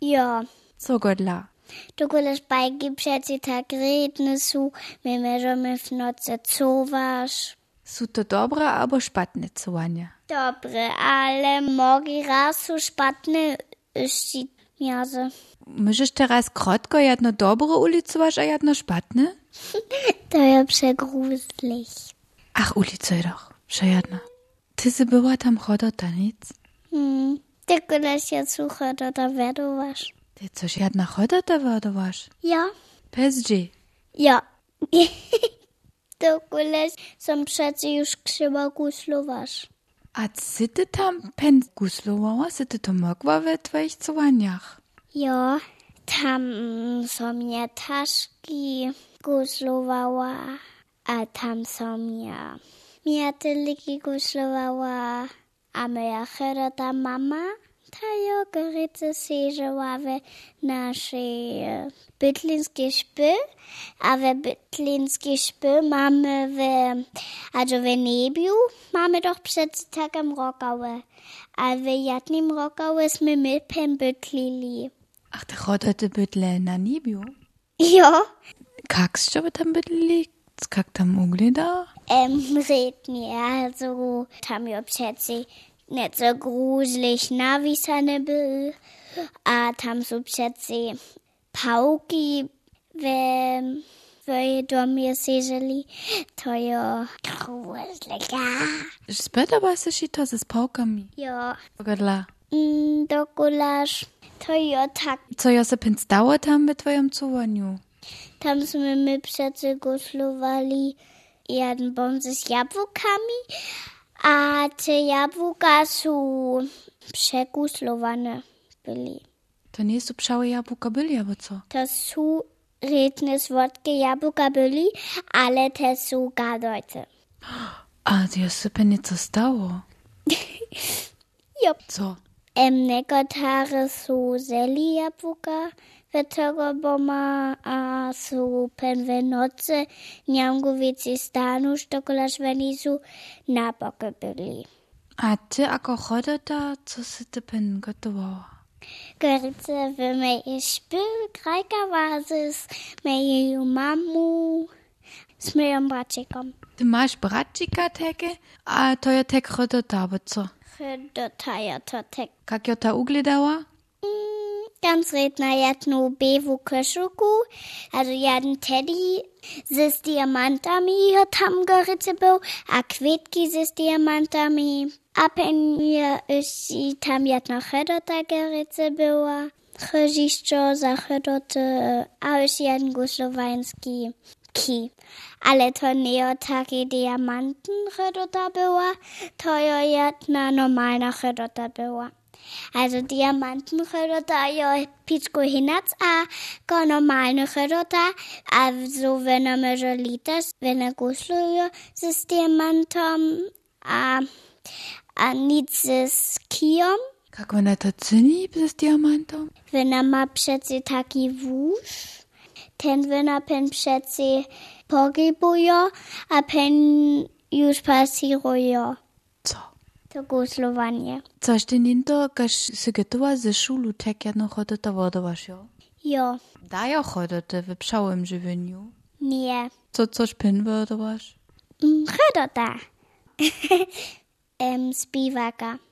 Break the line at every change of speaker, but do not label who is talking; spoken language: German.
Ja,
Sogodla.
Dogole szpajki przeczyta gredne su, my możemy w nocy cowasz.
Sú to dobré alebo špatné covania?
Dobre, ale mogi raz su szpatne ści miazy.
Môžeš teraz krotko jedno dobre ulicovaš a jedno špatné?
To ja przegruzlich.
Ach, ulicuj doch. Všetno. Ty si byla tam chodota, nic?
Hmm. Dogole się sucha, to da wedowasz.
Ty což jedna chodota vodovaš?
Ja?
Pesdži.
Ja. Dogole są przecie już krzywa guslowasz.
A si ty tam pen guslovala, si ty to mogla ve tvojich covaniach?
Ja, tam są mnie taški guslowała, a tam są mnie miateliki guslowała, a moja choroda mama ta jogorica siedziała w naszej e, bytlinskiej szpy, a w bytlinskiej szpy mamy w, also w niebiu mamy doch przed takiem rokały, a w jednym rokały jsme my pem bytlili.
Ach, ty chodota bydle na Nibiu.
Ja,
Kak ste by tam bydli? Kak tam ugleda?
ähm, red mir, also tam ja přeci nicht so gruselig, na wie seine Bill, a tam so přeci pauky ve ve domě seželi, to jo gruselig, ja.
Später war es to ze spałkami.
Jo,
Pogadla.
mm, do gulaš, to jo tak
Co ja se pens dauer tam ve tvojom covaniu?
Tam jsme my přece guslovali jeden bonze s jablkami a ty jablka jsou překuslované byly.
To nie sú pšawe jabłka byli, albo co?
To jsou rýtne svodky jablka byly, ale to jsou gadojce.
A ja se pe nieco stało.
Jo.
Co?
Em nekotare jsou zelí jablka, veteroboma a jsou penvenoce, mňangovici stánu, štokolaš venízu, nápoky byly.
A ty ako chodota, co si ty pen gotowała?
Götze für meine Spülkreikerbasis, meine Mamu, s meinem Bratsikom.
Ty masz bračika teke, a to je tek chodota, albo co?
Hydrotajatek.
Kak jo ta ugledała?
Ganz Redner jat no Bevu Köschuku, also jaden Teddy, sis Diamantami, hat ham geritzebau, a Quetki sis Diamantami, ab in mir ist sie tam jat noch Hydrota geritzebau, Chrzischo za Hydrote, a ist jaden Guslowainski. Ki. Ale to neotaki Diamanten Hydrota była, to jo jat na normalna Hydrota była. Also Diamanten Röder, ja, ah, Pitschko Hinatz, a ko normalne Röder, a so Also wenn er mir Litas, wenn er ähm, Guslo, ja, sis Diamantom, a, a nitzes Kiom,
Kak ona to cyni z diamantom?
wenn er ma pschetze taki wusch, ten wenn er pen pschetze Pogibujo, a pen jus passirojo,
Co?
to Guslowanje.
Coś ty ninto, każ si gotowa ze szulu tak tek jedno chodota wodowasz jo?
Jo,
Dajo chodota w pszałym żywieniu.
nie.
Co coś pen wodowasz?
Röda. em, zpívaka.